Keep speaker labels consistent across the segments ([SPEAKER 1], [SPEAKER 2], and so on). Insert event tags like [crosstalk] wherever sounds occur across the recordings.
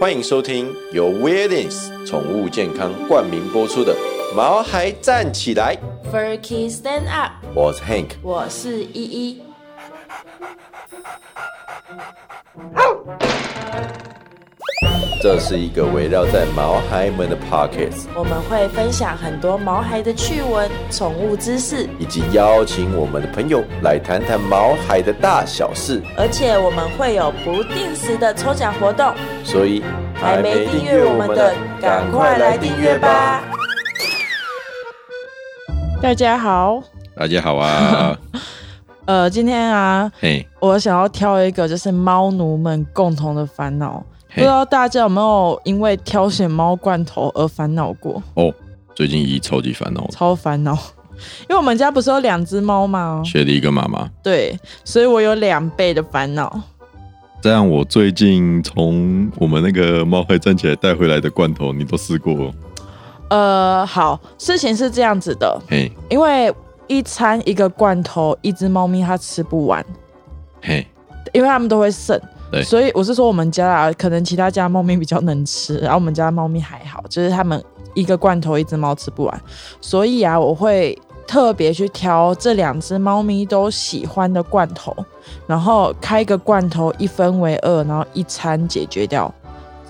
[SPEAKER 1] 欢迎收听由 Weirdins 宠物健康冠名播出的《毛孩站起来》，
[SPEAKER 2] Fur Kids Stand Up，
[SPEAKER 1] 我是 Hank。
[SPEAKER 2] 我是依依。
[SPEAKER 1] 这是一个围绕在毛孩们的 Pockets，
[SPEAKER 2] 我们会分享很多毛孩的趣闻、宠物知识，
[SPEAKER 1] 以及邀请我们的朋友来谈谈毛孩的大小事。
[SPEAKER 2] 而且我们会有不定时的抽奖活动。
[SPEAKER 1] 所以
[SPEAKER 2] 还没订阅我们的，赶快来订阅吧！！大家好，
[SPEAKER 1] 大家好啊， [laughs]
[SPEAKER 2] 呃，今天啊，
[SPEAKER 1] 嘿，
[SPEAKER 2] 我想要挑一个就是猫奴们共同的烦恼。不
[SPEAKER 1] 嘿
[SPEAKER 2] 知道大家有没有因为挑选猫罐头而烦恼过？
[SPEAKER 1] 哦，最近姨超级烦哦恼，
[SPEAKER 2] 超烦恼，因为我们家不是有两只猫吗？
[SPEAKER 1] 雪莉跟妈妈。
[SPEAKER 2] 对，所以我有两倍的烦恼。
[SPEAKER 3] 这样，我最近从我们那个猫会站起来带回来的罐头，你都试过？哦
[SPEAKER 2] 呃，好，事情是这样子的，
[SPEAKER 3] 嘿，
[SPEAKER 2] 因为一餐一个罐头，一只猫咪它吃不完，
[SPEAKER 3] 嘿，
[SPEAKER 2] 因为它们都会剩。
[SPEAKER 3] 对
[SPEAKER 2] 所以我是说我们家啊，可能其他家猫咪比较能吃，然后我们家猫咪还好，就是它们一个罐头一只猫吃不完，所以啊，我会特别去挑这两只猫咪都喜欢的罐头，然后开一个罐头一分为二，然后一餐解决掉，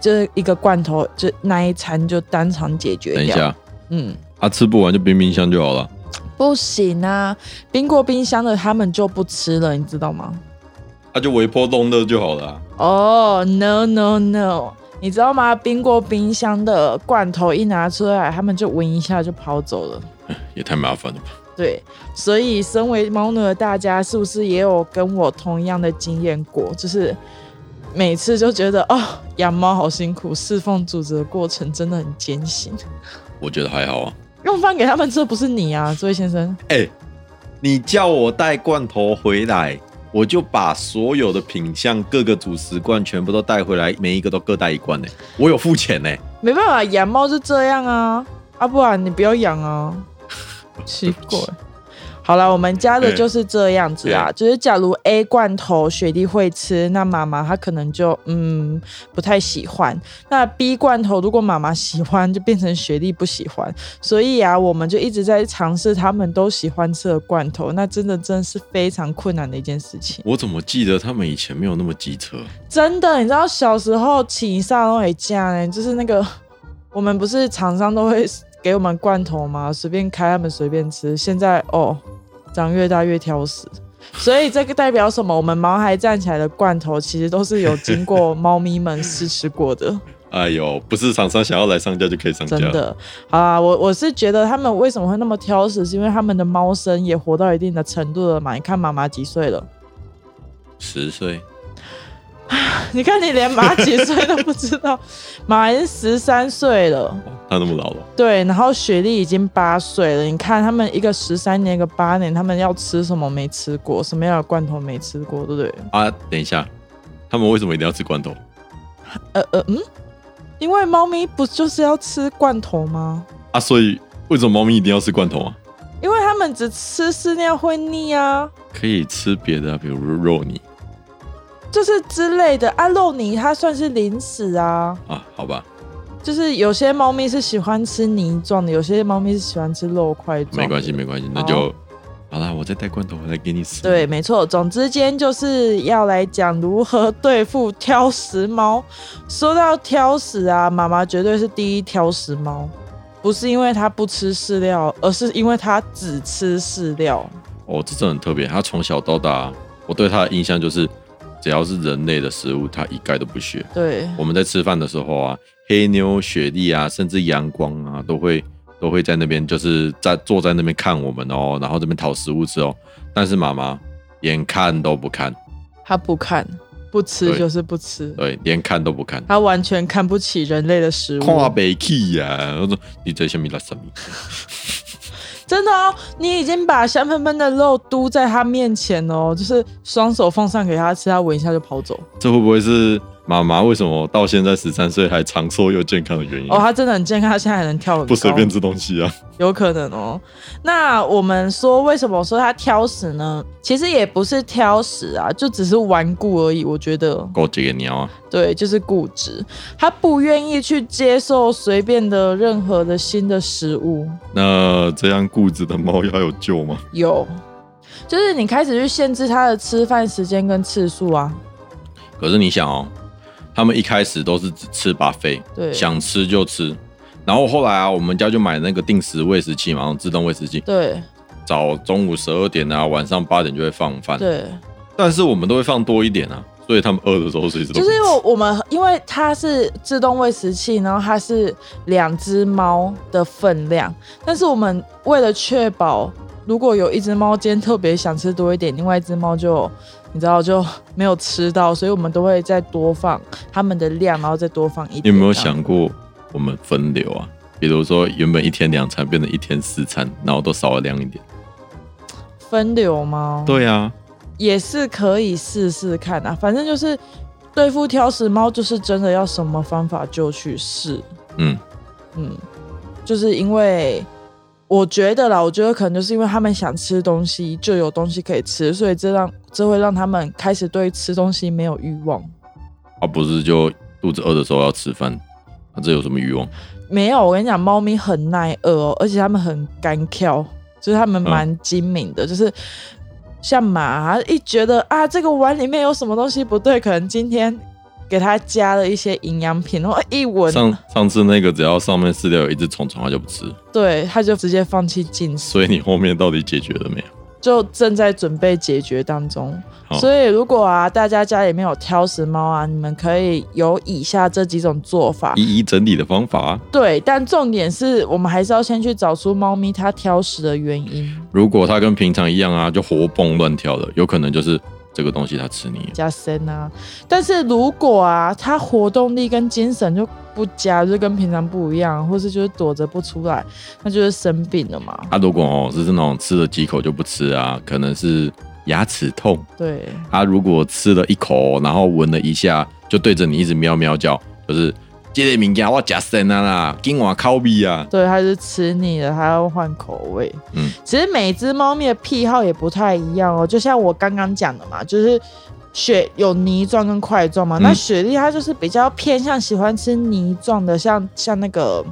[SPEAKER 2] 就是一个罐头就那一餐就当场解决
[SPEAKER 3] 等一
[SPEAKER 2] 掉。
[SPEAKER 3] 下，
[SPEAKER 2] 嗯，
[SPEAKER 3] 啊，吃不完就冰冰箱就好了。
[SPEAKER 2] 不行啊，冰过冰箱的他们就不吃了，你知道吗？
[SPEAKER 3] 啊，就微波冻热就好了啊、
[SPEAKER 2] 哦、n o no no，你知道吗？冰过冰箱的罐头一拿出来，他们就闻一下就跑走了。
[SPEAKER 3] 也太麻烦了吧？
[SPEAKER 2] 对，所以身为猫奴的大家，是不是也有跟我同样的经验过？就是每次就觉得哦，养猫好辛苦，侍奉主子的过程真的很艰辛。
[SPEAKER 3] 我觉得还好啊。
[SPEAKER 2] 用饭给他们吃不是你啊，这位先生。
[SPEAKER 3] 哎、你叫我带罐头回来，我就把所有的品相各个主食罐全部都带回来，每一个都各带一罐呢、我有付钱呢、
[SPEAKER 2] 没办法，养猫就这样啊，啊，不然你不要养啊，奇怪。好了，我们家的就是这样子啊，
[SPEAKER 3] 哎
[SPEAKER 2] 就是假如 A 罐头雪莉会吃，那妈妈她可能就嗯不太喜欢。那 B 罐头如果妈妈喜欢，就变成雪莉不喜欢。所以啊，我们就一直在尝试他们都喜欢吃的罐头，那真的真的是非常困难的一件事情。
[SPEAKER 3] 我怎么记得他们以前没有那么机车？
[SPEAKER 2] 真的，你知道小时候请上都会这样呢，欸就是那个 [laughs] 我们不是厂商都会给我们罐头吗？随便开他们随便吃。现在哦，长越大越挑食，所以这个代表什么？我们毛孩站起来的罐头其实都是有经过猫咪们试吃过的，
[SPEAKER 3] 哎呦，不是厂商想要来上架就可以上架
[SPEAKER 2] [laughs] 真，的。好啦，我我是觉得他们为什么会那么挑食，是因为他们的猫生也活到一定的程度了嘛？你看妈妈几岁了？ [laughs]
[SPEAKER 3] 十岁。
[SPEAKER 2] 你看你连妈几岁都不知道， [laughs] 马已经十三岁了。
[SPEAKER 3] 他那么老了，
[SPEAKER 2] 对，然后雪莉已经八岁了，你看他们一个十三年，一个八年，他们要吃什么没吃过，什么样的罐头没吃过，对不对？
[SPEAKER 3] 啊！等一下，他们为什么一定要吃罐头？
[SPEAKER 2] 呃呃嗯，因为猫咪不就是要吃罐头吗？
[SPEAKER 3] 啊，所以为什么猫咪一定要吃罐头啊？
[SPEAKER 2] 因为它们只吃饲料会腻啊，
[SPEAKER 3] 可以吃别的、啊，比如肉泥
[SPEAKER 2] 就是之类的。啊，肉泥它算是零食啊，
[SPEAKER 3] 啊，好吧，
[SPEAKER 2] 就是有些猫咪是喜欢吃泥状的，有些猫咪是喜欢吃肉块状。
[SPEAKER 3] 没关系，。没关系，那就、好啦，我再带罐头回来给你吃。
[SPEAKER 2] 对，，没错。总之，今天就是要来讲如何对付挑食猫。说到挑食啊，妈妈绝对是第一挑食猫，不是因为它不吃饲料，而是因为它只吃饲料。
[SPEAKER 3] 哦，这真的很特别。它从小到大，我对它的印象就是，只要是人类的食物，它一概都不屑。
[SPEAKER 2] 对，
[SPEAKER 3] 我们在吃饭的时候啊，黑妞、雪莉啊，甚至阳光啊，都会都会在那边，就是在坐在那边看我们哦，然后这边讨食物吃哦。但是妈妈连看都不看，
[SPEAKER 2] 它不看，不吃
[SPEAKER 3] 对
[SPEAKER 2] 就是不吃，
[SPEAKER 3] 对，连看都不看，
[SPEAKER 2] 它完全看不起人类的食物。
[SPEAKER 3] 看北气呀！我说你这下面拉什么？
[SPEAKER 2] 真的哦，你已经把香喷喷的肉嘟在它面前哦，就是双手奉上给它吃，它闻一下就跑走。
[SPEAKER 3] 这会不会是妈妈为什么到现在十三岁还长寿又健康的原因
[SPEAKER 2] 哦，，它真的很健康，它现在还能跳很高，
[SPEAKER 3] 不随便吃东西啊。
[SPEAKER 2] 有可能哦。那我们说，为什么说它挑食呢？其实也不是挑食啊，就只是顽固而已。我觉得，
[SPEAKER 3] 够这个鸟啊！
[SPEAKER 2] 对，就是固执，它不愿意去接受随便的任何的新的食物。
[SPEAKER 3] 那这样固执的猫要有救吗？
[SPEAKER 2] 有，就是你开始去限制它的吃饭时间跟次数啊。
[SPEAKER 3] 可是你想哦，他们一开始都是只吃把费，
[SPEAKER 2] 对，
[SPEAKER 3] 想吃就吃。然后后来啊，我们家就买那个定时喂食器嘛，那种自动喂食器，
[SPEAKER 2] 对
[SPEAKER 3] 早中午十二点啊，晚上八点就会放饭。
[SPEAKER 2] 对，
[SPEAKER 3] 但是我们都会放多一点啊，所以他们饿的时候随时都
[SPEAKER 2] 就是我我们因为它是自动喂食器，然后它是两只猫的分量，但是我们为了确保，如果有一只猫今天特别想吃多一点，另外一只猫就你知道就没有吃到，所以我们都会再多放它们的量，然后再多放一点。
[SPEAKER 3] 你有没有
[SPEAKER 2] 这样？
[SPEAKER 3] 想过我们分流啊？比如说原本一天两餐变成一天四餐，然后都少了量一点。
[SPEAKER 2] 分流吗？，
[SPEAKER 3] 对啊，
[SPEAKER 2] 也是可以试试看啊，反正就是对付挑食猫，就是真的要什么方法就去试。
[SPEAKER 3] 嗯，
[SPEAKER 2] 嗯，就是因为我觉得啦，我觉得可能就是因为他们想吃东西，就有东西可以吃，所以这让这会让他们开始对吃东西没有欲望。
[SPEAKER 3] 而、不是就肚子饿的时候要吃饭，那、这有什么欲望？
[SPEAKER 2] 没有，我跟你讲，猫咪很耐饿哦，而且它们很干挑，就是它们蛮精明的，就是像马它一觉得啊这个碗里面有什么东西不对，可能今天给它加了一些营养品，然后一闻，
[SPEAKER 3] 上上次那个只要上面饲料有一只虫虫，它就不吃，
[SPEAKER 2] 对，它就直接放弃进食，
[SPEAKER 3] 所以你后面到底解决了没有？
[SPEAKER 2] 就正在准备解决当中。
[SPEAKER 3] 好
[SPEAKER 2] 所以，如果啊，大家家里面有挑食猫啊，你们可以有以下这几种做法。
[SPEAKER 3] 一一整理的方法啊、
[SPEAKER 2] 对，但重点是我们还是要先去找出猫咪它挑食的原因。
[SPEAKER 3] 如果它跟平常一样啊，就活蹦乱跳的，有可能就是这个东西它吃你了。
[SPEAKER 2] 加深啊，但是如果啊，它活动力跟精神就不佳，就跟平常不一样，或是就是躲着不出来，那就是生病了嘛。
[SPEAKER 3] 啊，如果哦是那种吃了几口就不吃啊，可能是牙齿痛。
[SPEAKER 2] 对，
[SPEAKER 3] 它如果吃了一口，然后闻了一下，就对着你一直喵喵叫，就是这类名家我假神啊啦，今晚烤米啊，
[SPEAKER 2] 对，它是吃腻了，它要换口味。
[SPEAKER 3] 嗯
[SPEAKER 2] 其实每只猫咪的癖好也不太一样哦，就像我刚刚讲的嘛，就是雪有泥状跟块状嘛。
[SPEAKER 3] 嗯
[SPEAKER 2] 那雪莉它就是比较偏向喜欢吃泥状的，像像那个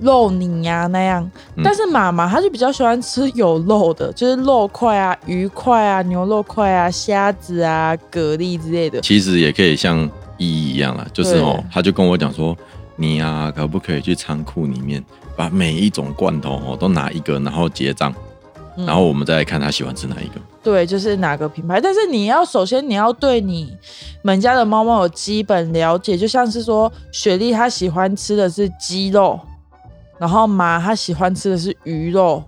[SPEAKER 2] 肉泥啊那样。
[SPEAKER 3] 嗯
[SPEAKER 2] 但是妈妈她就比较喜欢吃有肉的，就是肉块啊、鱼块啊、牛肉块啊、虾子啊、蛤蜊之类的。
[SPEAKER 3] 其实也可以像依依一样啦，就是哦
[SPEAKER 2] 对，
[SPEAKER 3] 他就跟我讲说，你啊，可不可以去仓库里面把每一种罐头哦都拿一个，然后结账，
[SPEAKER 2] 嗯
[SPEAKER 3] 然后我们再来看他喜欢吃哪一个。
[SPEAKER 2] 对，就是哪个品牌。但是你要首先你要对你们家的猫猫有基本了解，就像是说雪莉她喜欢吃的是鸡肉，然后马她喜欢吃的是鱼肉，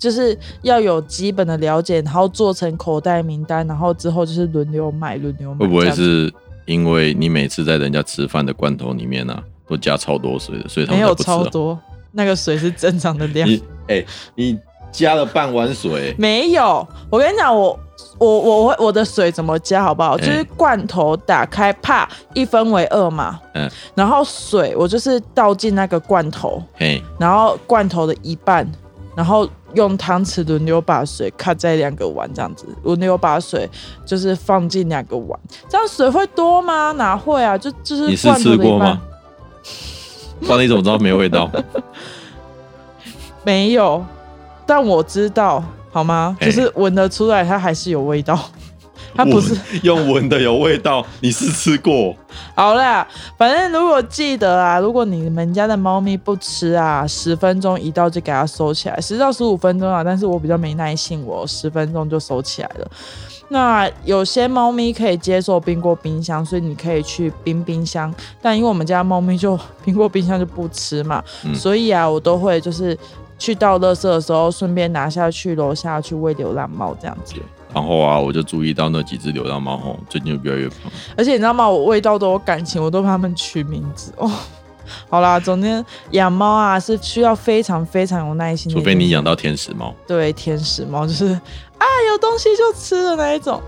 [SPEAKER 2] 就是要有基本的了解，然后做成口袋名单，然后之后就是轮流买，轮流买。
[SPEAKER 3] 会不
[SPEAKER 2] 嗯这
[SPEAKER 3] 会
[SPEAKER 2] 样子
[SPEAKER 3] 是因为你每次在人家吃饭的罐头里面呢、啊，都加超多水的，所以他
[SPEAKER 2] 没
[SPEAKER 3] 们才
[SPEAKER 2] 有
[SPEAKER 3] 不吃、啊？
[SPEAKER 2] 超多？那个水是正常的量。
[SPEAKER 3] 你哎、你加了半碗水，
[SPEAKER 2] 没有，我跟你讲，我我我我我的水怎么加好不好？
[SPEAKER 3] 嗯
[SPEAKER 2] 就是罐头打开，啪，一分为二嘛。
[SPEAKER 3] 嗯
[SPEAKER 2] 然后水我就是倒进那个罐头，
[SPEAKER 3] 嘿，
[SPEAKER 2] 然后罐头的一半，然后用汤匙轮流把水卡在两个碗这样子，轮流把水就是放进两个碗，这样水会多吗？哪会啊？就就是
[SPEAKER 3] 你是
[SPEAKER 2] 罐头
[SPEAKER 3] 吃
[SPEAKER 2] 的一
[SPEAKER 3] 过
[SPEAKER 2] 半
[SPEAKER 3] 吗？？ [laughs] 不然你怎么知道没味
[SPEAKER 2] [laughs]
[SPEAKER 3] 道？
[SPEAKER 2] 没有，但我知道，好吗？
[SPEAKER 3] 哎
[SPEAKER 2] 就是闻得出来，它还是有味道，它不是。
[SPEAKER 3] 闻用闻的有味道，你是吃过？
[SPEAKER 2] 好啦，反正如果记得啊，如果你们家的猫咪不吃啊，十分钟一到就给它收起来，十到十五分钟啊。但是我比较没耐性，我十分钟就收起来了。那有些猫咪可以接受冰过冰箱，所以你可以去冰冰箱。但因为我们家猫咪就冰过冰箱就不吃嘛，
[SPEAKER 3] 嗯
[SPEAKER 2] 所以啊，我都会就是去倒垃圾的时候，顺便拿下去楼下去喂流浪猫这样子。
[SPEAKER 3] 然后啊，我就注意到那几只流浪猫吼，最近就越来越胖。
[SPEAKER 2] 而且你知道吗？我味道都有感情，我都帮他们取名字哦。 [laughs] 好啦，总之养猫啊是需要非常非常有耐心的
[SPEAKER 3] 除
[SPEAKER 2] 一件事，
[SPEAKER 3] 非你养到天使猫，
[SPEAKER 2] 对天使猫，就是啊有东西就吃的那一种。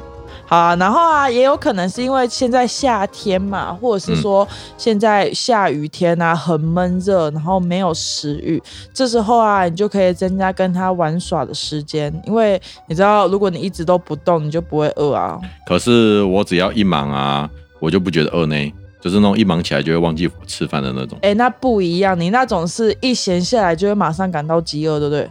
[SPEAKER 2] 好啊，然后啊，也有可能是因为现在夏天嘛，或者是
[SPEAKER 3] 嗯
[SPEAKER 2] 说现在下雨天啊，很闷热，然后没有食欲，这时候啊，你就可以增加跟它玩耍的时间，因为你知道，如果你一直都不动，你就不会饿啊。
[SPEAKER 3] 可是我只要一忙啊，我就不觉得饿呢，就是那种一忙起来就会忘记吃饭的那种。
[SPEAKER 2] 哎、那不一样，你那种是一闲下来就会马上感到饥饿，对不对？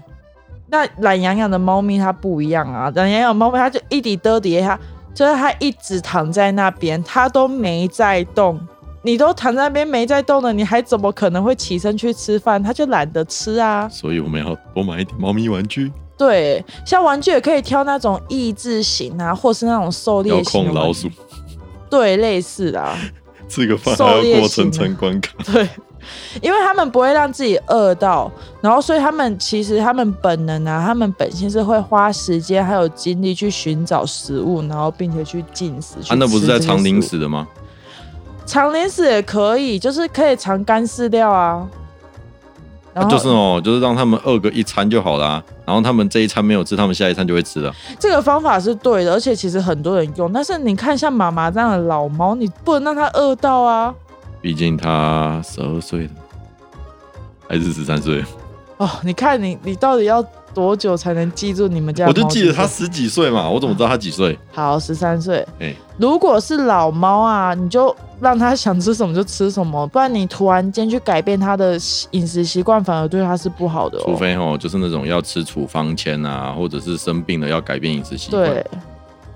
[SPEAKER 2] 那懒洋洋的猫咪它不一样啊，懒洋洋的猫咪它就一滴得底它，就是它一直躺在那边，它都没在动。你都躺在那边没在动了，你还怎么可能会起身去吃饭？它就懒得吃啊。
[SPEAKER 3] 所以我们要多买一点猫咪玩具，
[SPEAKER 2] 对，像玩具也可以挑那种益智型啊，或是那种狩
[SPEAKER 3] 遥
[SPEAKER 2] 猎型的
[SPEAKER 3] 控
[SPEAKER 2] 玩
[SPEAKER 3] 老鼠，
[SPEAKER 2] 具对，类似的、啊。
[SPEAKER 3] 吃个饭还
[SPEAKER 2] 狩猎
[SPEAKER 3] 要过
[SPEAKER 2] 型
[SPEAKER 3] 层
[SPEAKER 2] 的
[SPEAKER 3] 层关卡。
[SPEAKER 2] 对，因为他们不会让自己饿到，然后所以他们其实他们本能啊，他们本性是会花时间还有精力去寻找食物，然后并且去进食。去
[SPEAKER 3] 啊，那不是
[SPEAKER 2] 吃
[SPEAKER 3] 在
[SPEAKER 2] 这些
[SPEAKER 3] 藏零
[SPEAKER 2] 食物？
[SPEAKER 3] 食的吗？
[SPEAKER 2] 藏零食也可以，就是可以藏干饲料啊。然
[SPEAKER 3] 啊、
[SPEAKER 2] 后、
[SPEAKER 3] 就是哦，就是让他们饿个一餐就好啦。然后他们这一餐没有吃，他们下一餐就会吃了。
[SPEAKER 2] 这个方法是对的，而且其实很多人用。但是你看像妈妈这样的老猫，你不能让它饿到啊。
[SPEAKER 3] 毕竟他十二岁了，还是十三岁？
[SPEAKER 2] 哦，你看你你到底要多久才能记住你们家的
[SPEAKER 3] 我
[SPEAKER 2] 猫是
[SPEAKER 3] 就
[SPEAKER 2] 谁？
[SPEAKER 3] 记得他十几岁嘛，我怎么知道他几岁？
[SPEAKER 2] 好，十三岁。
[SPEAKER 3] 哎
[SPEAKER 2] 如果是老猫啊，你就让它想吃什么就吃什么，不然你突然间去改变它的饮食习惯，反而对它是不好的、哦。
[SPEAKER 3] 除非哦，就是那种要吃处方签啊，或者是生病了要改变饮食习惯
[SPEAKER 2] 对。，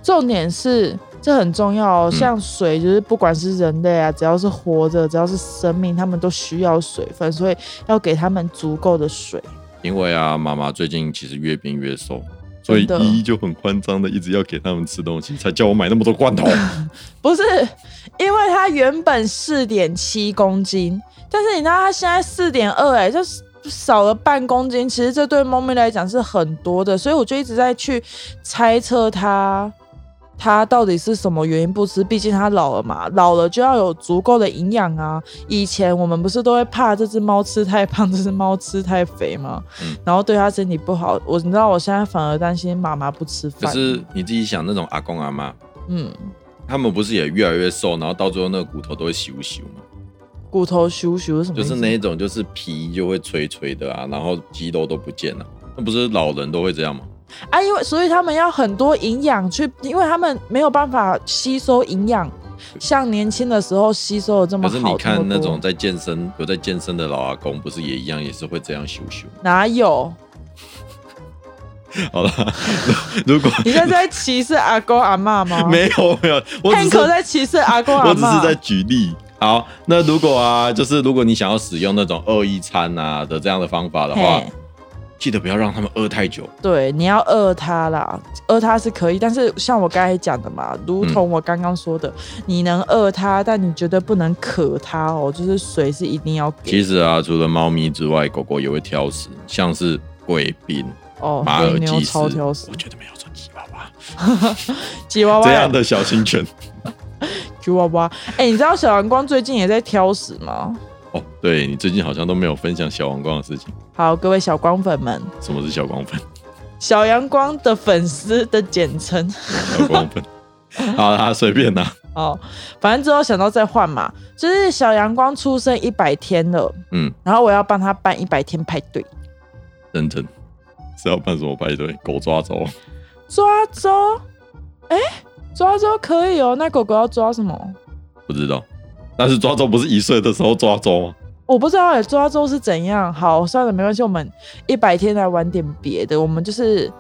[SPEAKER 2] 重点是这很重要哦。
[SPEAKER 3] 嗯
[SPEAKER 2] 像水，就是不管是人类啊，只要是活着，只要是生命，他们都需要水分，所以要给他们足够的水。
[SPEAKER 3] 因为啊，妈妈最近其实越变越瘦，所以
[SPEAKER 2] 真的
[SPEAKER 3] 依依就很慌张的一直要给他们吃东西，才叫我买那么多罐
[SPEAKER 2] [laughs]
[SPEAKER 3] 头。
[SPEAKER 2] 不是，因为它原本四点七公斤，但是你知道它现在四点二，哎，就是少了半公斤。其实这对猫咪来讲是很多的，所以我就一直在去猜测它。它到底是什么原因不吃？毕竟它老了嘛，老了就要有足够的营养啊。以前我们不是都会怕这只猫吃太胖，这只猫吃太肥吗？
[SPEAKER 3] 嗯
[SPEAKER 2] 然后对它身体不好。我你知道，我现在反而担心妈妈不吃
[SPEAKER 3] 可
[SPEAKER 2] 饭。
[SPEAKER 3] 是你自己想，那种阿公阿妈，
[SPEAKER 2] 嗯，
[SPEAKER 3] 他们不是也越来越瘦，然后到最后那个骨头都会咻咻吗？
[SPEAKER 2] 骨头咻咻是什么
[SPEAKER 3] 就
[SPEAKER 2] 意思？
[SPEAKER 3] 是那一种，就是皮就会垂垂的啊，然后肌肉都不见了。那不是老人都会这样吗？
[SPEAKER 2] 啊，因为所以他们要很多营养去，因为他们没有办法吸收营养，像年轻的时候吸收的这么
[SPEAKER 3] 可
[SPEAKER 2] 好。
[SPEAKER 3] 是你
[SPEAKER 2] 这
[SPEAKER 3] 看
[SPEAKER 2] 么
[SPEAKER 3] 那
[SPEAKER 2] 多
[SPEAKER 3] 种在健身有在健身的老阿公，不是也一样，也是会这样咻咻。
[SPEAKER 2] 哪有？ [laughs]
[SPEAKER 3] 好了，如果
[SPEAKER 2] 你现在在歧视阿公阿妈吗？
[SPEAKER 3] [laughs] 没有没有，我只是
[SPEAKER 2] ，Hank 在歧视阿公阿
[SPEAKER 3] 我只
[SPEAKER 2] 妈。
[SPEAKER 3] 是在举例。好，那如果啊，就是如果你想要使用那种恶意餐啊的这样的方法的话
[SPEAKER 2] 嘿，
[SPEAKER 3] 记得不要让他们饿太久。
[SPEAKER 2] 对，你要饿它啦，饿它是可以，但是像我刚才讲的嘛，
[SPEAKER 3] 嗯
[SPEAKER 2] 如同我刚刚说的，你能饿它，但你绝对不能渴它哦，就是水是一定要给
[SPEAKER 3] 其实啊，除了猫咪之外，狗狗也会挑食，像是贵宾、
[SPEAKER 2] 哦。
[SPEAKER 3] 马
[SPEAKER 2] 黑
[SPEAKER 3] 尔
[SPEAKER 2] 牛
[SPEAKER 3] 济
[SPEAKER 2] 超
[SPEAKER 3] 斯
[SPEAKER 2] 挑食
[SPEAKER 3] 我，觉得没有说吉娃娃
[SPEAKER 2] 吉娃娃
[SPEAKER 3] 这
[SPEAKER 2] 也
[SPEAKER 3] 样的小型犬。
[SPEAKER 2] 吉娃娃。哎、你知道小蓝光最近也在挑食吗？
[SPEAKER 3] 哦，对你最近好像都没有分享小王光的事情。
[SPEAKER 2] 好，各位小光粉们，
[SPEAKER 3] 什么是小光粉？
[SPEAKER 2] 小阳光的粉丝的简称 [laughs]
[SPEAKER 3] 小光粉。 [laughs] 好啦，随便啦。
[SPEAKER 2] 哦。反正之后想到再换嘛。就是小阳光出生一百天了，
[SPEAKER 3] 嗯，
[SPEAKER 2] 然后我要帮他办一百天派对，
[SPEAKER 3] 认真是要办什么派对？狗抓走。
[SPEAKER 2] 抓周。哎、抓周可以哦。那狗狗要抓什么？
[SPEAKER 3] 不知道。但是抓周不是一岁的时候抓周吗？
[SPEAKER 2] 我不知道哎、抓周是怎样？好，算了，没关系，我们一百天来玩点别的。我们就是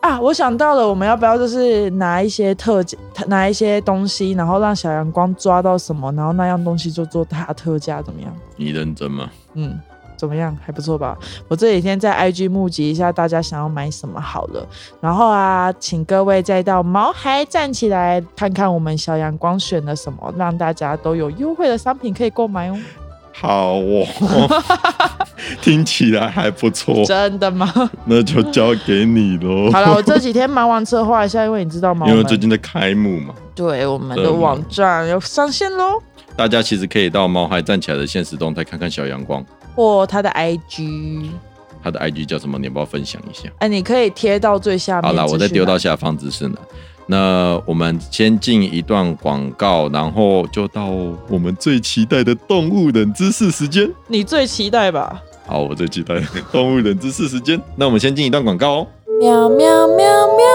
[SPEAKER 2] 啊，我想到了，我们要不要就是拿一些特价，拿一些东西，然后让小阳光抓到什么，然后那样东西就做它特价，怎么样？
[SPEAKER 3] 你认真吗？
[SPEAKER 2] 嗯，怎么样？还不错吧？我这几天在 IG 募集一下大家想要买什么好了。然后啊，请各位再到毛孩站起来看看我们小阳光选了什么，让大家都有优惠的商品可以购买哦。
[SPEAKER 3] 好哦， [laughs] 听起来还不错，
[SPEAKER 2] 真的吗？
[SPEAKER 3] 那就交给你喽。[laughs]
[SPEAKER 2] 好了，我这几天忙完策划一下，因为你知道吗？
[SPEAKER 3] 因
[SPEAKER 2] 我
[SPEAKER 3] 为
[SPEAKER 2] 们
[SPEAKER 3] 最近在开幕嘛，
[SPEAKER 2] 对我们的网站要上线喽，
[SPEAKER 3] 大家其实可以到猫嗨站起来的现实动态看看小阳光，
[SPEAKER 2] 或他的 IG，
[SPEAKER 3] 他的 IG 叫什么？你要不要分享一下？
[SPEAKER 2] 哎、你可以贴到最下面。
[SPEAKER 3] 好啦，我再
[SPEAKER 2] 资讯
[SPEAKER 3] 丢
[SPEAKER 2] 栏
[SPEAKER 3] 到下方资讯了。那我们先进一段广告，然后就到我们最期待的动物冷知识时间。
[SPEAKER 2] 你最期待吧？
[SPEAKER 3] 好，我最期待的动物冷知识时间。 [laughs] 那我们先进一段广告哦。
[SPEAKER 2] 喵喵喵喵！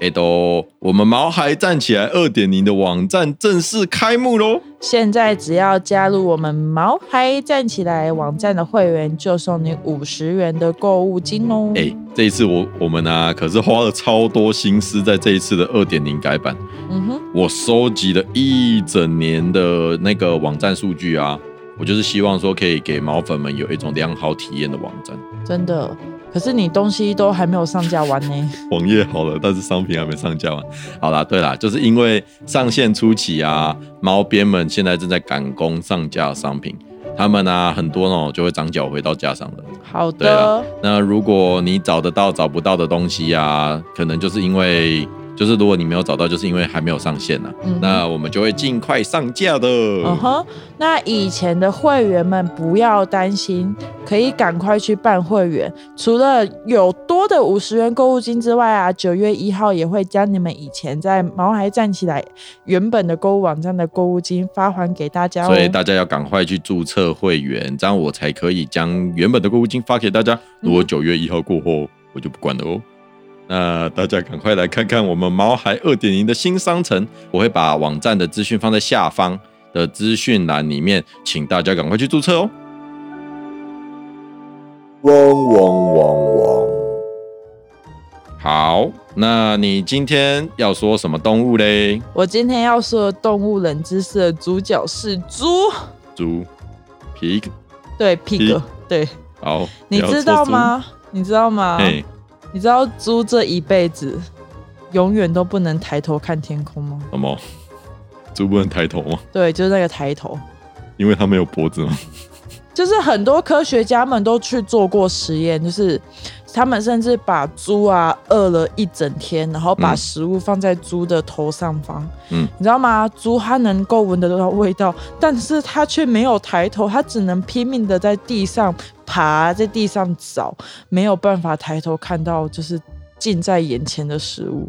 [SPEAKER 3] 哎，都，我们毛孩站起来二点零的网站正式开幕喽！
[SPEAKER 2] 现在只要加入我们毛孩站起来网站的会员，就送你五十元的购物金哦。
[SPEAKER 3] 哎、这一次我我们啊，可是花了超多心思在这一次的二点零改版。
[SPEAKER 2] 嗯哼，
[SPEAKER 3] 我收集了一整年的那个网站数据啊，我就是希望说可以给毛粉们有一种良好体验的网站。
[SPEAKER 2] 真的。可是你东西都还没有上架完呢。
[SPEAKER 3] 网页好了，但是商品还没上架完。好啦，对啦，就是因为上线初期啊，猫边们现在正在赶工上架商品，他们啊很多呢就会长脚回到架上了。
[SPEAKER 2] 好
[SPEAKER 3] 对啊
[SPEAKER 2] 的，
[SPEAKER 3] 那如果你找得到找不到的东西啊，可能就是因为。就是如果你没有找到，就是因为还没有上线呐、
[SPEAKER 2] 嗯哼
[SPEAKER 3] 那我们就会尽快上架的。
[SPEAKER 2] 嗯哼，那以前的会员们不要担心，可以赶快去办会员。除了有多的五十元购物金之外啊，九月一号也会将你们以前在毛孩站起来原本的购物网站的购物金发还给大家哦
[SPEAKER 3] 所。以大家要赶快去注册会员，这样我才可以将原本的购物金发给大家。
[SPEAKER 2] 嗯
[SPEAKER 3] 如果九月一号过后，我就不管了哦。那大家赶快来看看我们毛孩二点零的新商城，我会把网站的资讯放在下方的资讯栏里面，请大家赶快去注册哦。
[SPEAKER 1] 嗡嗡嗡嗡，
[SPEAKER 3] 好，那你今天要说什么动物嘞？
[SPEAKER 2] 我今天要说的动物冷知识的主角是猪，
[SPEAKER 3] 猪，pig。
[SPEAKER 2] 对，pig，
[SPEAKER 3] Pig
[SPEAKER 2] 对，
[SPEAKER 3] 好，
[SPEAKER 2] 你
[SPEAKER 3] 要做
[SPEAKER 2] 知道
[SPEAKER 3] 猪？
[SPEAKER 2] 吗？你知道吗？
[SPEAKER 3] 哎，
[SPEAKER 2] 你知道猪这一辈子永远都不能抬头看天空吗？
[SPEAKER 3] 什么？ [laughs] 猪不能抬头吗？
[SPEAKER 2] 对，就是那个抬头，
[SPEAKER 3] 因为它没有脖子吗？
[SPEAKER 2] 就是很多科学家们都去做过实验，就是他们甚至把猪啊饿了一整天，然后把
[SPEAKER 3] 嗯
[SPEAKER 2] 食物放在猪的头上方。
[SPEAKER 3] 嗯
[SPEAKER 2] 你知道吗？猪它能够闻得到味道，但是它却没有抬头，它只能拼命的在地上爬，在地上找，没有办法抬头看到就是近在眼前的食物。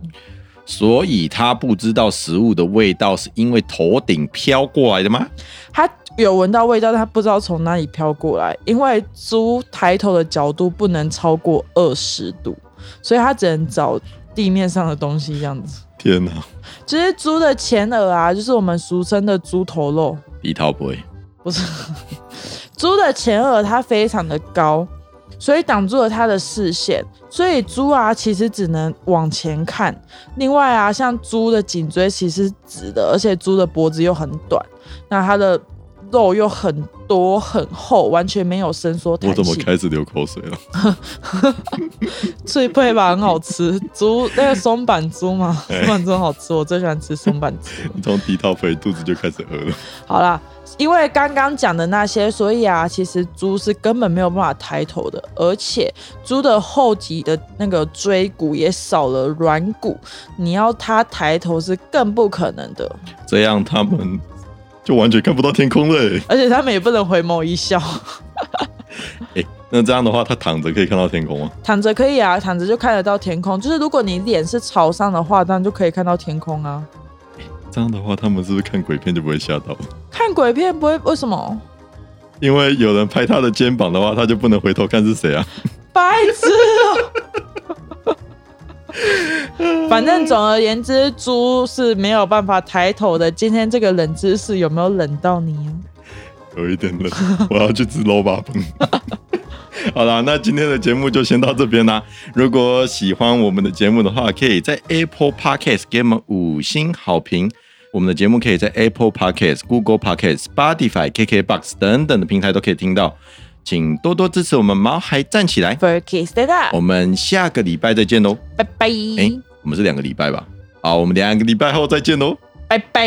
[SPEAKER 3] 所以他不知道食物的味道是因为头顶飘过来的吗？
[SPEAKER 2] 它有闻到味道，但它不知道从哪里飘过来，因为猪抬头的角度不能超过二十度，所以它只能找地面上的东西这样子。
[SPEAKER 3] 天哪、啊，
[SPEAKER 2] 其实猪的前额啊，就是我们俗称的猪头肉，
[SPEAKER 3] 李涛不会，
[SPEAKER 2] 不是 [laughs] 猪的前额，它非常的高，所以挡住了它的视线，所以猪啊其实只能往前看。另外啊，像猪的颈椎其实是直的，而且猪的脖子又很短，那它的肉又很多很厚，完全没有伸缩
[SPEAKER 3] 我
[SPEAKER 2] 弹
[SPEAKER 3] 怎么
[SPEAKER 2] 性。
[SPEAKER 3] 开始流口水了？
[SPEAKER 2] 脆配吧，很好吃。猪那个松板猪嘛，
[SPEAKER 3] [laughs] 哎
[SPEAKER 2] 松板猪很好吃，我最喜欢吃松板猪。
[SPEAKER 3] 你从李涛肥肚子就开始饿了。
[SPEAKER 2] 好啦，因为刚刚讲的那些，所以啊，其实猪是根本没有办法抬头的，而且猪的后脊的那个椎骨也少了软骨，你要它抬头是更不可能的，
[SPEAKER 3] 这样他们就完全看不到天空欸 [laughs] 嘞、
[SPEAKER 2] 而且它们也不能回眸一笑。
[SPEAKER 3] 欸那这样的话，他躺着可以看到天空吗？
[SPEAKER 2] [laughs] 躺着可以啊，躺着就看得到天空，就是如果你脸是朝上的话，当然就可以看到天空啊。
[SPEAKER 3] 这样的话，他们是不是看鬼片就不会吓到？
[SPEAKER 2] 看鬼片不会为什么？
[SPEAKER 3] 因为有人拍他的肩膀的话，他就不能回头看是谁啊？
[SPEAKER 2] 白痴哦！反正总而言之，猪是没有办法抬头的。今天这个冷知识有没有冷到你啊？
[SPEAKER 3] 有一点冷， [laughs] 我要去吃楼巴崩。 [laughs] 好啦，那今天的节目就先到这边啦。如果喜欢我们的节目的话，可以在 Apple Podcast 给我们五星好评。我们的节目可以在 Apple Podcast、Google Podcast、Spotify、KKBox 等等的平台都可以听到，请多多支持我们毛孩站起来。
[SPEAKER 2] f i r kiss stand up，
[SPEAKER 3] 我们下个礼拜再见喽。
[SPEAKER 2] 拜拜，
[SPEAKER 3] 哎、我们是两个礼拜吧？好，我们两个礼拜后再见喽。
[SPEAKER 2] 拜拜。